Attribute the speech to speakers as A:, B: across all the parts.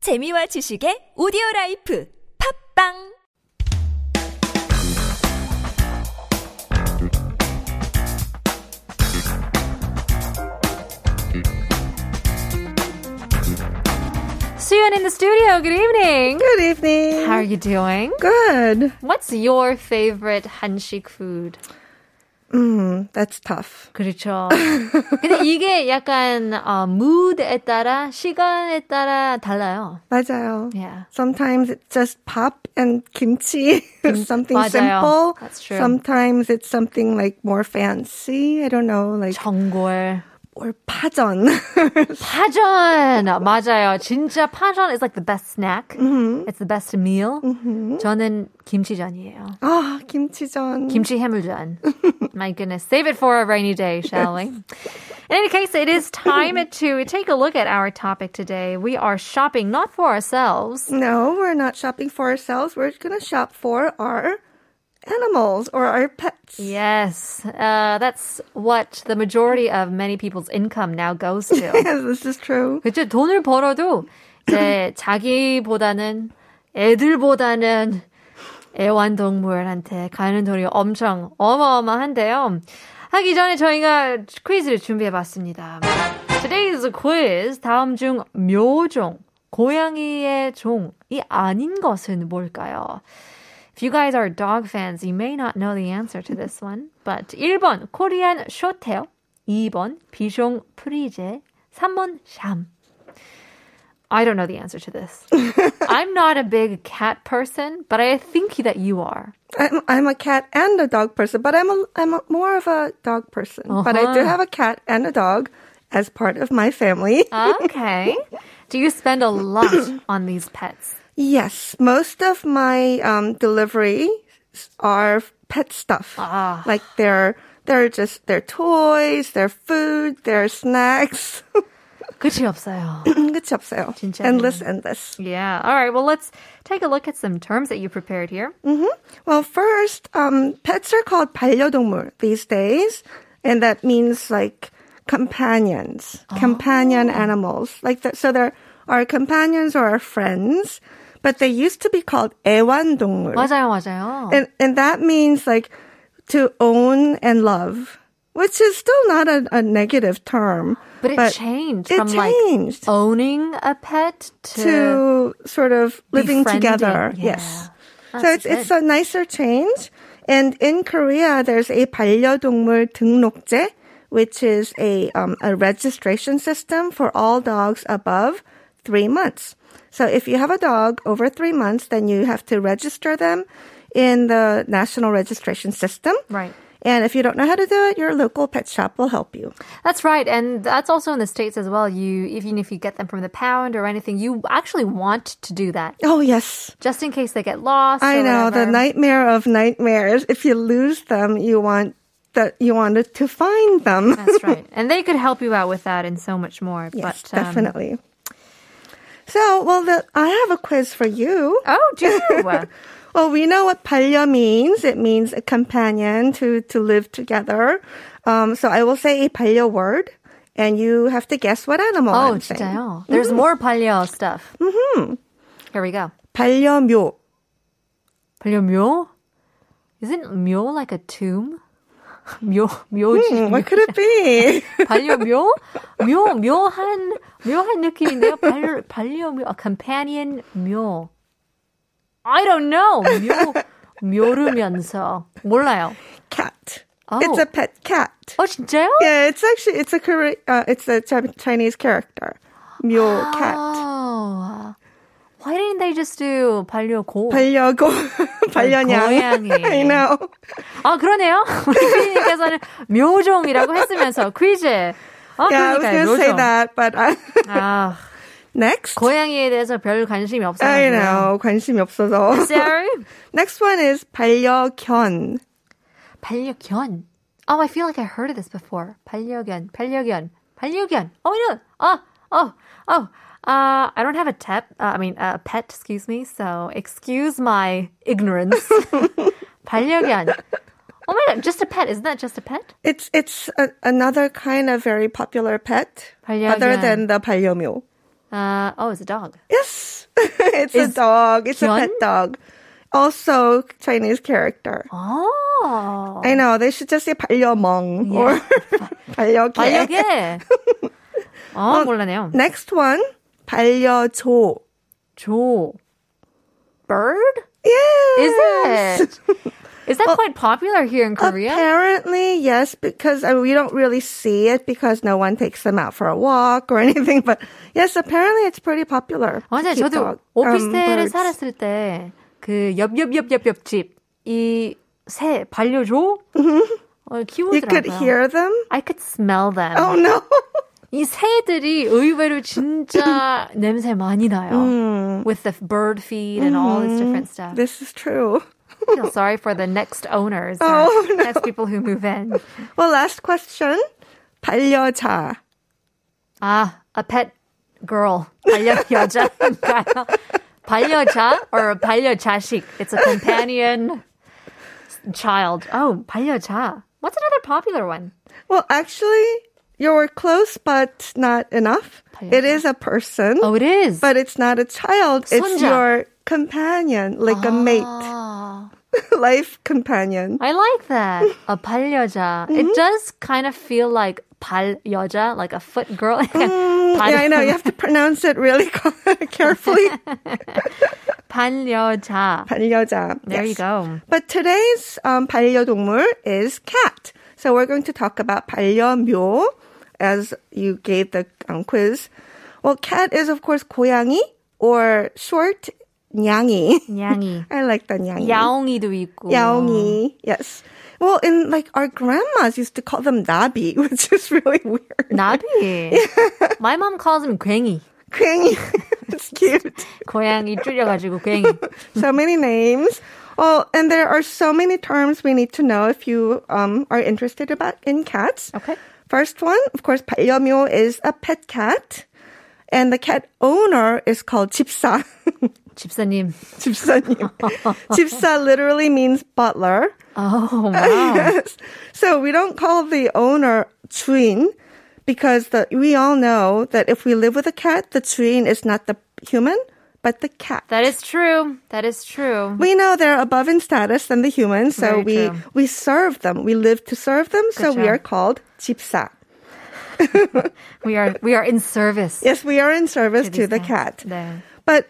A: 재미와 지식의 오디오 라이프 팝빵
B: Suyeon in the studio. Good evening.
C: Good evening.
B: How are you doing?
C: Good.
B: What's your favorite 한식 food?
C: Mm, that's tough.
B: 그렇죠. 근데 이게 약간 어, mood에 따라 시간에 따라 달라요.
C: 맞아요.
B: Yeah.
C: Sometimes it's just pop and kimchi, something
B: 맞아요.
C: simple.
B: That's true.
C: Sometimes it's something like more fancy. I don't know, like
B: 전골.
C: or pajon.
B: 파전 맞아요. 진짜 파전 is like the best snack. It's the best meal. 저는 김치전이에요.
C: Ah, kimchijeon.
B: 김치 해물전. My goodness. Save it for a rainy day, shall we? In any case, it is time to take a look at our topic today. We are shopping not for ourselves.
C: no, we're not shopping for ourselves. We're gonna shop for our animals or our
B: Mm.
C: pets.
B: Yes, uh, that's what the majority of many people's income now goes to.
C: this is true.
B: 그쵸, 돈을 벌어도 이제 자기보다는 애들보다는 애완동물한테 가는 돈이 엄청 어마어마한데요. 하기 전에 저희가 퀴즈를 준비해봤습니다. Today's quiz 다음 중 묘종 고양이의 종이 아닌 것은 뭘까요? If you guys are dog fans, you may not know the answer to this one. But 1번 코리안 쇼테어, 2번 비숑 프리제, 3번 샴. I don't know the answer to this. I'm not a big cat person, but I think that you are.
C: I'm, I'm a cat and a dog person, but I'm a, I'm a, more of a dog person. But I do
B: Uh-huh.
C: have a cat and a dog as part of my family.
B: Okay. Do you spend a lot on these pets?
C: Yes, most of my um, deliveries are pet stuff.
B: Ah.
C: Like they're they're just their toys, their food, their snacks.
B: 끝이 없어요.
C: Good job, sale.
B: 진짜요.
C: Endless, endless.
B: Yeah. All right. Well, let's take a look at some terms that you prepared here.
C: Mm. Well, first, um, pets are called 반려동물 these days, and that means like companions,
B: Oh.
C: companion animals. Like that, so they're our companions or our friends, but they used to be called 애완동물.
B: 맞아요, 맞아요.
C: and and that means like to own and love, which is still not a, a negative term.
B: But it changed
C: It
B: from
C: changed
B: like owning a pet to,
C: to sort of living
B: befriending.
C: together.
B: Yeah.
C: Yes, so
B: That's
C: it's it's a nicer change. And in Korea, there's a 반려동물 등록제, which is a um, a registration system for all dogs above three months. So if you have a dog over three months, then you have to register them in the national registration system.
B: Right.
C: And if you don't know how to do it, your local pet shop will help you.
B: That's right, and that's also in the states as well. You even if you get them from the pound or anything, you actually want to do that
C: Oh yes,
B: just in case they get lost. or
C: I know
B: whatever.
C: the nightmare of nightmares. If you lose them, you want that you wanted to find them.
B: That's right, and they could help you out with that and so much more.
C: yes,
B: but um,
C: definitely. So, well, the, I have a quiz for you.
B: Oh, do you?
C: Well, we know what palya means. It means a companion to to live together. Um, so I will say a palya word, and you have to guess what animal.
B: oh,
C: I'm saying.
B: 진짜요? There's more paleo stuff. Mm-hmm. Here we go.
C: 반려묘.
B: Paleo 묘? Isn't 묘 like a tomb? 묘 묘지.
C: Hmm, what could it be?
B: 반려 묘? 묘 묘한 묘한 느낌인데요. 반려 반려 묘, a companion 묘. I don't know. 묘 묘르면서 몰라요.
C: cat.
B: Oh.
C: It's a pet cat.
B: 어 진짜요?
C: Yeah, it's actually it's a Kore- uh, it's a Chi- Chinese character. Mule cat.
B: Oh. Why didn't they just do 반려고?
C: 반려고 반려냥.
B: 고양이.
C: I know.
B: 아 그러네요. 우리 피디님께서는 묘종이라고 했으면서 퀴즈. 아
C: Yeah, I
B: 그러니까요.
C: was going to
B: 묘종.
C: say that, but uh,
B: 아
C: next.
B: 고양이에 대해서 별 관심이 없어요.
C: I know. 관심이 없어서.
B: Sorry.
C: Next one is 반려견.
B: 반려견. Oh, I feel like I heard of this before. 반려견, 반려견, 반려견. Oh no. Oh, oh, oh. Uh, I don't have a tep. Uh, I mean, a pet. Excuse me. So excuse my ignorance. 반려견. Oh my god, just a pet. Isn't that just a pet?
C: It's it's a, another kind of very popular pet
B: 반려견.
C: other than the 반려묘.
B: Uh, oh, it's a dog.
C: Yes. it's a dog. It's a pet
B: Hyun?
C: dog. Also Chinese character.
B: 아.
C: I know they should just say 반려멍 or 반려개.
B: 반려개. 아, Oh, 몰라네요.
C: Next one, 반려조.
B: 조. Bird? Is
C: Yes.
B: it? Is that quite popular here in Korea?
C: Apparently, yes, because I mean, we don't really see it because no one takes them out for a walk or anything. But yes, apparently it's pretty popular. to
B: 맞아요.
C: keep
B: 저도
C: dog- um,
B: 오피스텔에
C: birds.
B: 살았을 때 그 옆옆옆옆옆 집이새 반려조 어,
C: You could
B: 키우더라고요.
C: hear them.
B: I could smell them.
C: Oh no.
B: 이 새들이 의외로 진짜 냄새 많이 나요.
C: 음.
B: With the bird feed and all this different stuff.
C: This is true.
B: I feel sorry for the next owners. or
C: Oh, no.
B: Next people who move in.
C: Well, last question. 반려자.
B: Ah, a pet girl. 반려 여자인가요? 반려자 or 반려자식. It's a companion child. Oh, 반려자. What's another popular one?
C: Well, actually, you were close, but not enough.
B: 반려자.
C: It is a person,
B: Oh, it is.
C: but it's not a child. It's
B: 손자.
C: your companion, like a mate,
B: Ah,
C: life companion.
B: I like that. A 반려자. It does kind of feel like 반려자, like a foot girl.
C: Yeah, I know. You have to pronounce it really carefully.
B: 반려자.
C: 반려자.
B: There you
C: Yes.
B: go.
C: But today's um, 반려동물 is cat. So we're going to talk about 반려묘 as you gave the um, quiz. Well, cat is of course 고양이 or short 냥이.
B: 냥이.
C: I like the
B: Mm.
C: 냥이.
B: 야옹이도 있고.
C: 야옹이. Yes. Well, in like our grandmas used to call them 나비, which is really weird.
B: 나비. My mom calls him 괭이.
C: 괭이. it's cute.
B: 고양이 줄여가지고 괭이.
C: so many names. Oh, and there are so many terms we need to know if you um, are interested about in cats.
B: Okay.
C: First one, of course, 반려묘 is a pet cat, and the cat owner is called 집사.
B: 집사님.
C: 집사님. 집사 literally means butler.
B: Oh, wow.
C: Yes. So we don't call the owner 주인 because the, we all know that if we live with a cat, the 주인 is not the human, but the cat.
B: That is true. That is true.
C: We know they're above in status than the humans,
B: Very
C: so we
B: true.
C: we serve them. We live to serve them, so we
B: Gotcha.
C: are called 집사.
B: We are we are in service.
C: Yes, we are in service
B: these
C: to the
B: cats.
C: cat.
B: 네.
C: But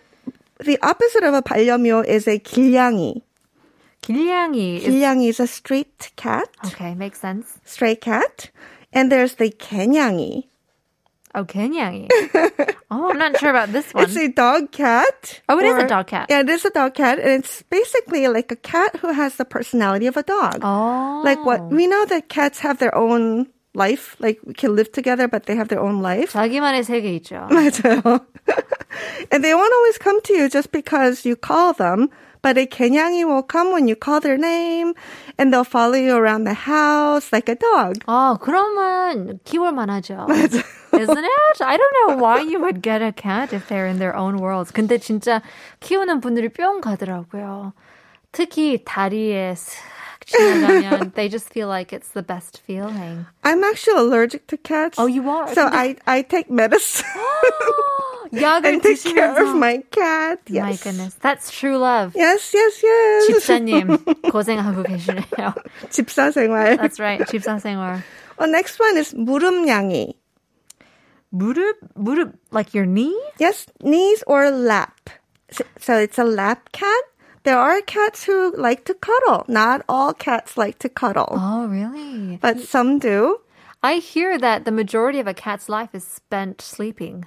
C: the opposite of a 반려묘 is a 길냥이.
B: 길냥이. is-
C: 길냥이 is a street cat,
B: Okay, makes sense.
C: stray cat, and there's the 개냥이.
B: Oh, 개냥이. Oh, I'm not sure about this one.
C: It's a dog cat.
B: Oh, it is a dog cat.
C: Yeah, it is a dog cat, and it's basically like a cat who has the personality of a dog.
B: Oh.
C: Like what we know that cats have their own life, like we can live together, but they have their own life.
B: 자기만의 세계 있죠.
C: 맞아요. and they won't always come to you just because you call them, but a kenyangi will come when you call their name, and they'll follow you around the house like a dog.
B: 아, 그러면 키울 만하죠. Isn't it? I don't know why you would get a cat if they're in their own worlds. 근데 진짜 키우는 분들이 뿅 가더라고요. 특히 다리에 슥 지나가면 they just feel like it's the best feeling.
C: I'm actually allergic to cats.
B: Oh, you are?
C: So I, I take medicine
B: 약을
C: and take care of my cat. Yes.
B: My goodness, that's true love.
C: Yes, yes, yes.
B: 집사님 고생하고 계시네요.
C: 집사 생활.
B: That's right, 집사 생활.
C: Well, next one is 무릎냥이.
B: 무릎 무릎 like your knee?
C: Yes, knees or lap. So, so it's a lap cat. There are cats who like to cuddle. Not all cats like to cuddle,
B: Oh, really?
C: but some do.
B: I hear that the majority of a cat's life is spent sleeping.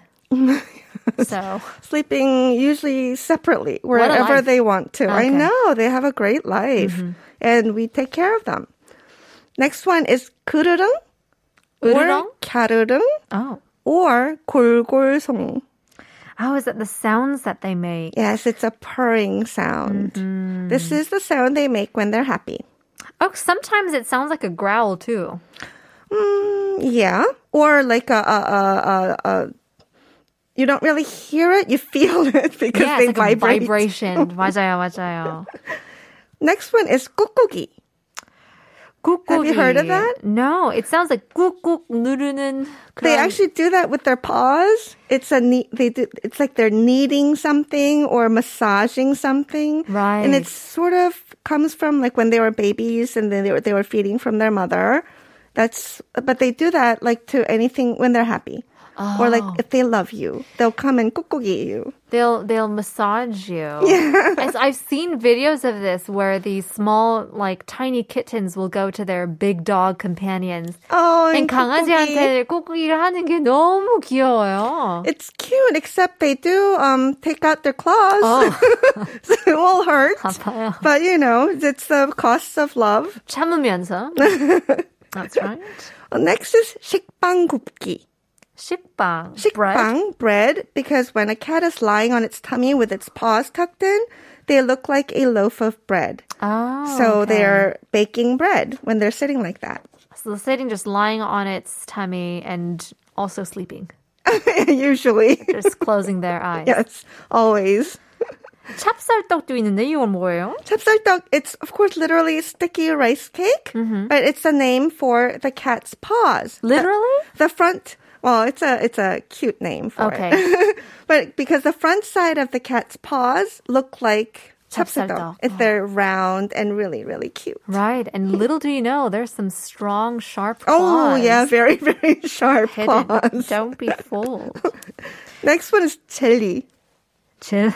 B: so,
C: Sleeping usually separately
B: a
C: wherever
B: life. Ah,
C: they want to. I
B: Okay. Mm-hmm.
C: know they have a great life, and we take care of them. Next one is kururum or
B: 으르렁?
C: 갸르릉
B: oh,
C: or 골골송.
B: how is it the sounds that they make?
C: Yes, it's a purring sound.
B: Mm-hmm.
C: This is the sound they make when they're happy.
B: Oh, sometimes it sounds like a growl too.
C: Mm, yeah, or like a a a a. a you don't really hear it; you feel it because
B: Yeah,
C: they
B: it's like
C: vibrate.
B: a vibration. 맞아요, 맞아요.
C: Next one is 꾹꾹이.
B: 꾹꾹이.
C: Have you heard of that?
B: No, it sounds like 꾹꾹 누르는 그런.
C: They actually do that with their paws. It's a kne- they do, it's like they're kneading something or massaging something.
B: Right.
C: And it's sort of comes from like when they were babies and then they were they were feeding from their mother. That's but they do that like to anything when they're happy. Or
B: Oh.
C: like if they love you, they'll come and kukugi you.
B: They'll they'll massage you. Yeah. I've seen videos of this where these small like tiny kittens will go to their big dog companions.
C: Oh,
B: And 강아지한테 꾹꾹이를 하는 게 너무 귀여워요.
C: It's cute, except they do um, take out their claws. so it will hurt.
B: Oh. 아파요.
C: But you know, it's the cost of love.
B: 참으면서. That's right.
C: Uh, Next is 식빵 굽기.
B: 식빵. bread.
C: 식빵 bread. because when a cat is lying on its tummy with its paws tucked in, they look like a loaf of bread.
B: Oh,
C: so
B: okay.
C: they're baking bread when they're sitting like that.
B: So the sitting just lying on its tummy and also sleeping.
C: Usually.
B: Just closing their eyes.
C: yes, always.
B: 찹쌀떡도 있는데 이건 뭐예요?
C: 찹쌀떡, it's of course literally sticky rice cake, but it's the name for the cat's paws. The-
B: Literally?
C: The, front, well, it's a it's a cute name for
B: Okay.
C: it. but because the front side of the cat's paws look like
B: 찹쌀떡.
C: 찹쌀떡.
B: Oh.
C: If They're round and really, really cute.
B: Right. And little do you know, there's some strong, sharp
C: Oh,
B: claws.
C: yeah, very, very sharp
B: hidden.
C: claws.
B: Don't be fooled.
C: Next one is jelly.
B: Chili.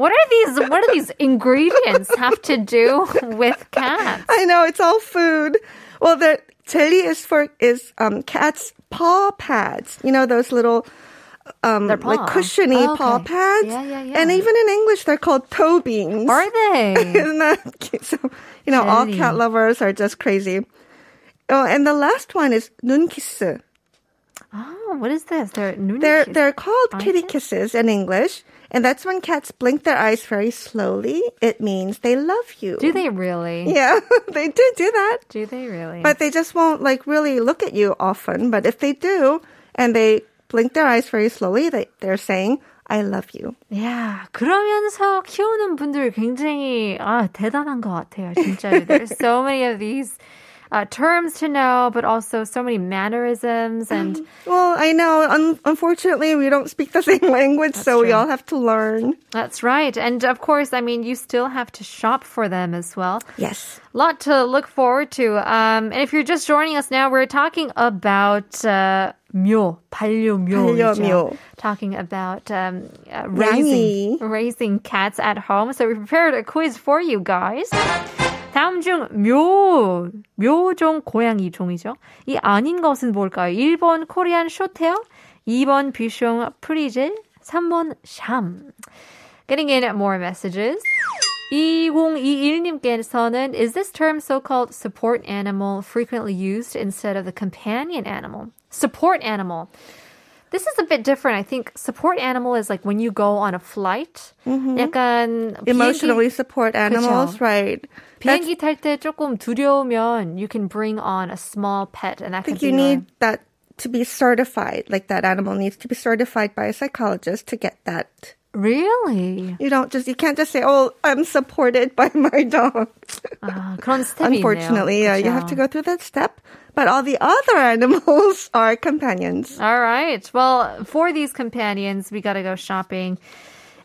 B: what are these? What do these ingredients have to do with cats?
C: I know it's all food. Well, the jelly is for is um cats paw pads. You know those little um
B: Their
C: like
B: paw.
C: cushiony
B: Oh,
C: paw
B: okay.
C: pads.
B: Yeah, yeah, yeah.
C: And even in English, they're called toe beans.
B: Are they?
C: Isn't that cute? So you know, all
B: Jelly.
C: cat lovers are just crazy. Oh, and the last one is 눈키스.
B: Oh, what is this? They're
C: They're
B: nuniki-
C: they're called kitty
B: they?
C: kisses in English, and that's when cats blink their eyes very slowly. It means they love you.
B: Do they really?
C: Yeah, they do do that.
B: Do they really?
C: But they just won't like really look at you often. But if they do and they blink their eyes very slowly, they, they're saying, I love you.
B: 야, 그러면서 키우는 분들 굉장히 아 대단한 것 같아요, 진짜. There's so many of these uh, terms to know, but also so many mannerisms and
C: Well, I know. Un- unfortunately, we don't speak the same language, so we
B: true.
C: all have to learn.
B: that's right. And of course, I mean, you still have to shop for them as well.
C: Yes.
B: lot to look forward to. Um, and if you're just joining us now, we're talking about uh, 묘, 반려묘,
C: 반려묘.
B: uh, talking about um, uh,
C: 양이.
B: raising raising cats at home. So we prepared a quiz for you guys. 다음 중 묘, 묘종 고양이 종이죠. 이 아닌 것은 뭘까요? 1번 코리안 쇼테어, 2번 비숑 프리젤, 3번 샴. Getting in more messages. 2021님께서는 Is this term so-called support animal frequently used instead of the companion animal? Support animal. This is a bit different. I think support animal is like when you go on a flight. 약간 비행기-
C: Mm-hmm. Emotionally support animals,
B: 그쵸.
C: right? That's,
B: 비행기 탈 때 조금 두려우면 you can bring on a small pet and that
C: I think
B: could
C: you
B: be
C: need that to be certified. Like that animal needs to be certified by a psychologist to get that.
B: your- really
C: You don't just, you can't just say, oh, I'm supported by my dog.
B: 아, Ah, 그런 스텝이
C: Unfortunately,
B: 있네요.
C: yeah, you have to go through that step. But all the other animals are companions.
B: All right. Well, for these companions, we got to go shopping.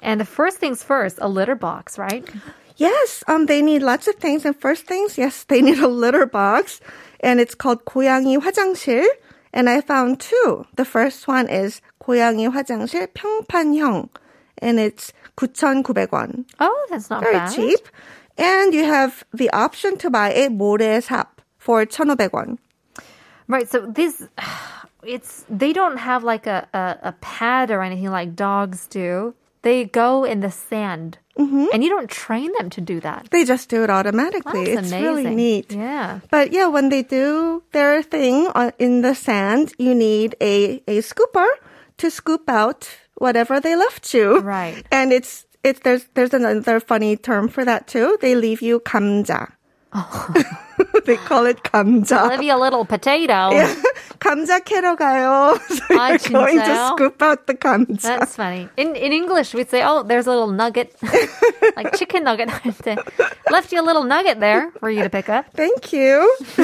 B: And the first things first, a litter box, right?
C: Yes, um, they need lots of things. And first things, yes, they need a litter box, and it's called 고양이 화장실. And I found two. The first one is 고양이 화장실 평판형, and it's 9,900원.
B: Oh, that's not
C: Very
B: bad.
C: cheap. And you have the option to buy a 모래삽 for 1,500원.
B: Right. So this, it's they don't have like a, a, a pad or anything like dogs do. They go in the sand,
C: Mm-hmm.
B: and you don't train them to do that.
C: They just do it automatically.
B: That's
C: it's
B: amazing.
C: really neat.
B: Yeah.
C: But yeah, when they do their thing on- in the sand, you need a, a scooper to scoop out whatever they left you.
B: Right.
C: And it's, it's, there's, there's another funny term for that too. They leave you 감자.
B: Oh.
C: they call it 감자.
B: Maybe a little potato.
C: 감자 캐러 가요. So
B: 아,
C: you're going to
B: 진짜요?
C: scoop out the 감자.
B: That's funny. In in English, we'd say, "Oh, there's a little nugget, like chicken nugget." Left you a little nugget there for you to pick up.
C: Thank you.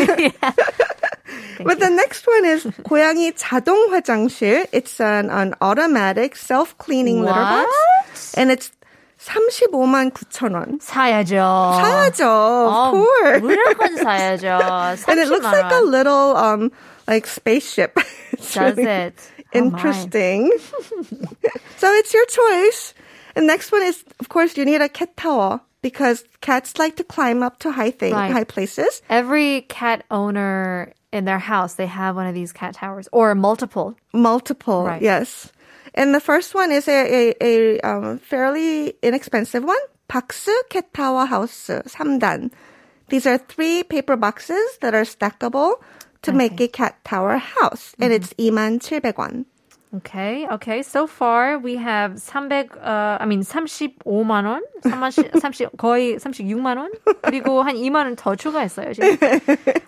C: But the next one is 고양이 자동 화장실. It's an, an automatic self-cleaning litter box. And it's 35만 9천 원.
B: 사야죠.
C: 사야죠,
B: 어,
C: of course.
B: 무조건 사야죠.
C: And it looks like a little um like spaceship. It's
B: Does
C: really
B: it? Oh, my.
C: Interesting. so it's your choice. And next one is of course you need a cat tower because cats like to climb up to high thing,
B: Right.
C: high places.
B: Every cat owner in their house, they have one of these cat towers or multiple.
C: Multiple,
B: Right.
C: yes. And the first one is a, a, a um, fairly inexpensive one. 박스 캣타워 하우스 3단. These are three paper boxes that are stackable to make a cat tower house. And it's 27,000원.
B: Okay, okay. So far we have 300, uh, I mean 35만 원, 30, 30 거의 36만 원, 그리고 한 2만 원 더 추가했어요 지금.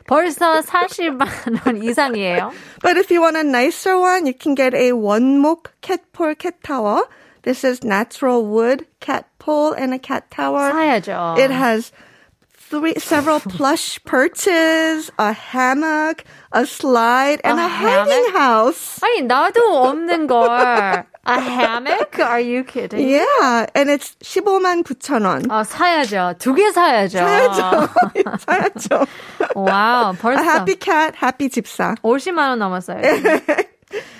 B: 벌써 40만 원 이상이에요.
C: But if you want a nicer one, you can get a 원목 캣폴 캣타워. This is natural wood cat pole and a cat tower.
B: 사야죠.
C: It has three, several plush perches, a hammock, a slide, and
B: A
C: a, hanging house.
B: 아니 나도 없는 걸. A hammock? Are you kidding?
C: Yeah, and it's 15만 9천 원.
B: 아 사야죠. 두 개 사야죠.
C: 사야죠. 사야죠.
B: 와우,
C: A
B: 벌써
C: happy cat, happy 집사.
B: 50만 원 넘었어요. 지금.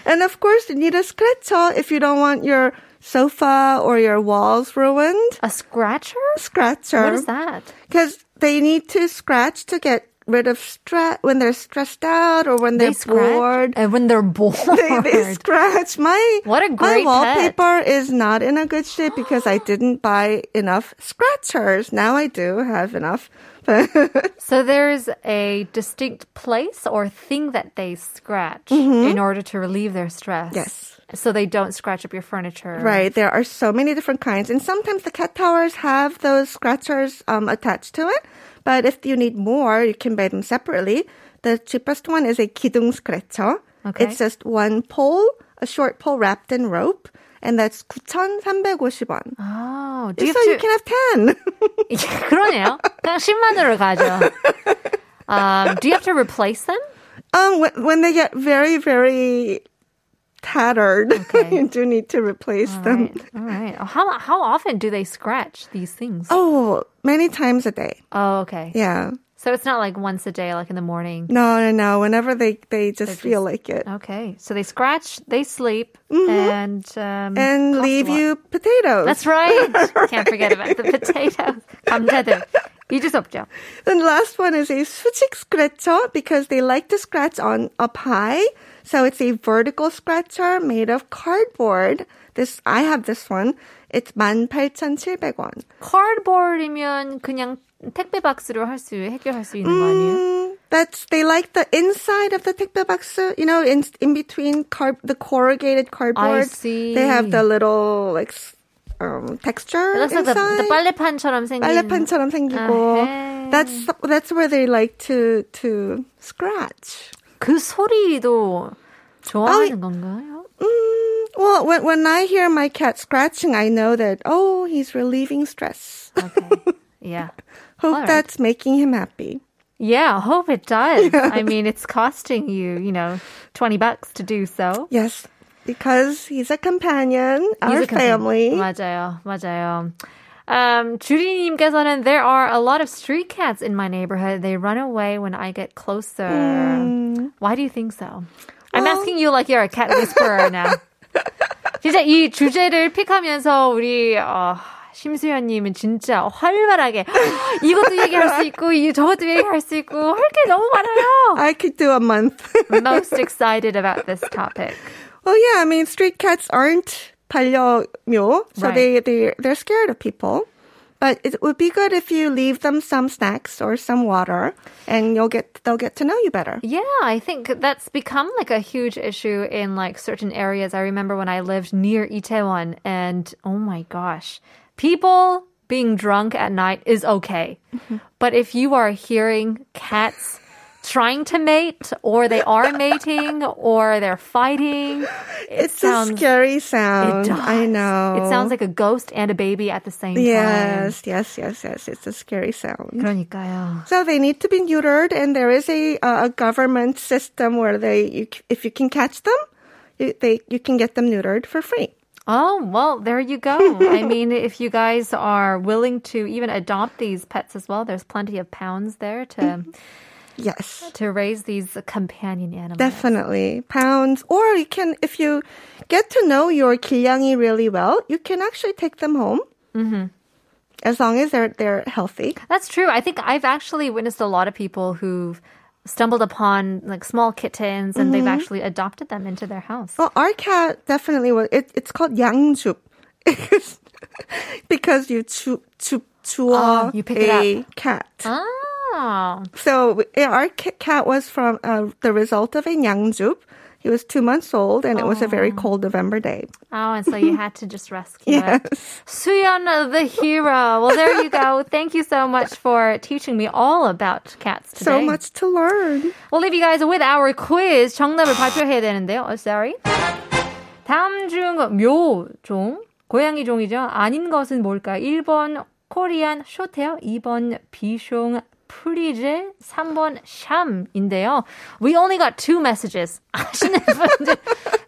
C: And of course, you need a scratcher if you don't want your sofa or your walls ruined.
B: A scratcher?
C: Scratcher.
B: What is that?
C: Because they need to scratch to get rid of stress when they're stressed out or when they're bored.
B: And when they're bored.
C: They, they scratch my
B: What a
C: my
B: great pet.
C: wallpaper is not in a good shape because I didn't buy enough scratchers. Now I do have enough. But
B: So there's a distinct place or thing that they scratch in order to relieve their stress.
C: Mm-hmm. Yes.
B: So they don't scratch up your furniture.
C: right, there are so many different kinds, and sometimes the cat towers have those scratchers um, attached to it. But if you need more, you can buy them separately. The cheapest one is a kidung scratcher.
B: Okay.
C: It's just one pole, a short pole wrapped in rope, and that's 9,350원.
B: Oh, do
C: So
B: you have to?
C: you can have 10.
B: 그러네요. 그냥 10만 원을 가져. Um, do you have to replace them?
C: Um, when, when they get very, very tattered,
B: Okay.
C: you do need to replace them.
B: Right. All right. How how often do they scratch these things?
C: Oh, many times a day.
B: Oh, okay.
C: Yeah.
B: So it's not like once a day, like in the morning.
C: No, no, no. Whenever they, they just feel like
B: uh,
C: it.
B: Okay. So they scratch, they sleep, and um,
C: Mm-hmm. And
B: cost
C: leave
B: a lot.
C: you potatoes.
B: That's right. Can't forget about the potatoes. 감자들. 잊을 수 없죠.
C: Then last one is a 수직 scratcher because they like to scratch on up high. So it's a vertical scratcher made of cardboard. This I have this one. It's 18,700원.
B: cardboard이면 그냥 택배 박스로 할 수, 해결할 수 있는 거 아니에요?
C: Mm, That's they like the inside of the tekbe baksu, you know, in in between car- the corrugated cardboard.
B: see.
C: They have the little like s- um, texture
B: It looks like the, Uh-huh. the
C: inside.
B: 빨래판처럼 생긴.
C: 빨래판처럼 생기고.
B: 아하.
C: That's that's where they like to to scratch.
B: 그 소리도 좋아하는 건가요?
C: Mm, well, when when I hear my cat scratching, I know that oh, he's relieving stress.
B: Okay. Yeah. Alright.
C: Hope that's making him happy.
B: Yeah, hope it does. I mean, it's costing you, you know, 20 bucks to do so.
C: Yes, because he's a companion, our
B: Music company.
C: family.
B: 맞아요, 맞아요. Um, 주리님께서는 there are a lot of street cats in my neighborhood. They run away when I get closer.
C: Hmm.
B: Why do you think so? I'm asking you like you're a cat whisperer now. 진짜 이 주제를 픽하면서 우리 어, 심수연님은 진짜 활발하게 이것도 얘기할 수 있고 이 저것도 얘기할 수 있고 할 게 너무 많아요.
C: I could do a month.
B: Most excited about this topic.
C: Well, Oh, yeah, I mean, street cats aren't 반려묘, so
B: Right.
C: they they they're scared of people. But it would be good if you leave them some snacks or some water, and you'll get they'll get to know you better.
B: Yeah, I think that's become like a huge issue in like certain areas. I remember when I lived near Itaewon and oh my gosh, people being drunk at night is okay. But if you are hearing cats trying to mate, or they are mating, or they're fighting, it
C: It's
B: sounds.
C: a scary sound.
B: it does.
C: I know.
B: It sounds like a ghost and a baby at the same time.
C: Oh. Yes, yes, yes, yes. It's a scary sound.
B: 그러니까요.
C: So they need to be neutered, and there is a uh, a government system where they, you, c- if you can catch them, you, they you can get them neutered for free.
B: Oh, well, there you go. I mean, if you guys are willing to even adopt these pets as well, there's plenty of pounds there to
C: Yes,
B: to raise these companion animals.
C: definitely pounds. Or you can, if you get to know your kilyangi really well, you can actually take them home.
B: Mm-hmm.
C: As long as they're they're healthy.
B: That's true. I think I've actually witnessed a lot of people who've stumbled upon like small kittens and
C: Mm-hmm.
B: they've actually adopted them into their house.
C: Well, our cat definitely was. It, it's called yangjup because you chu chu
B: Oh,
C: chuo
B: you pick it Uh.
C: a cat.
B: Oh.
C: So yeah, our ki- cat was from uh, the result of a yangjup. He was two months old, and it was a very cold November day.
B: Oh, and so you had to just rescue it. Suyeon the hero. Well, there you go. Thank you so much for teaching me all about cats today.
C: So much to learn.
B: We'll leave you guys with our quiz. 정답을 발표해야 되는데요. Oh, sorry. 다음 중 묘종, 고양이 종이죠. 아닌 것은 뭘까요? 1번 코리안 쇼테어, 2번 비숑 프리제, 3번 샴인데요. We only got two messages. 아시는 분들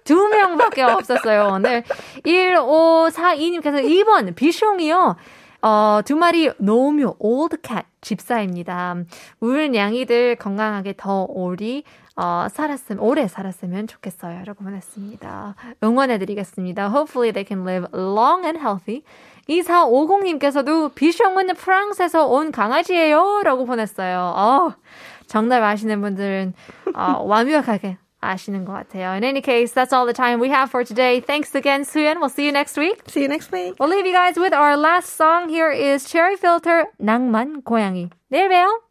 B: 두 명밖에 없었어요. 오늘 1542님께서 2번 비숑이요. 어, 두 마리 노묘 올드 캣 집사입니다. 우는 양이들 건강하게 더 오리 어, 살았으면 오래 살았으면 좋겠어요. 라고 보냈습니다. 응원해 드리겠습니다. Hopefully they can live long and healthy. 2450님께서도 비숑은 프랑스에서 온 강아지예요. 라고 보냈어요. 어, 정답 아시는 분들은 어, 완벽하게 아시는 것 같아요. In any case, that's all the time we have for today. Thanks again, 수연. We'll see you next week.
C: See you next week.
B: We'll leave you guys with our last song. Here is Cherry Filter, 낭만 고양이. 내일 봬요.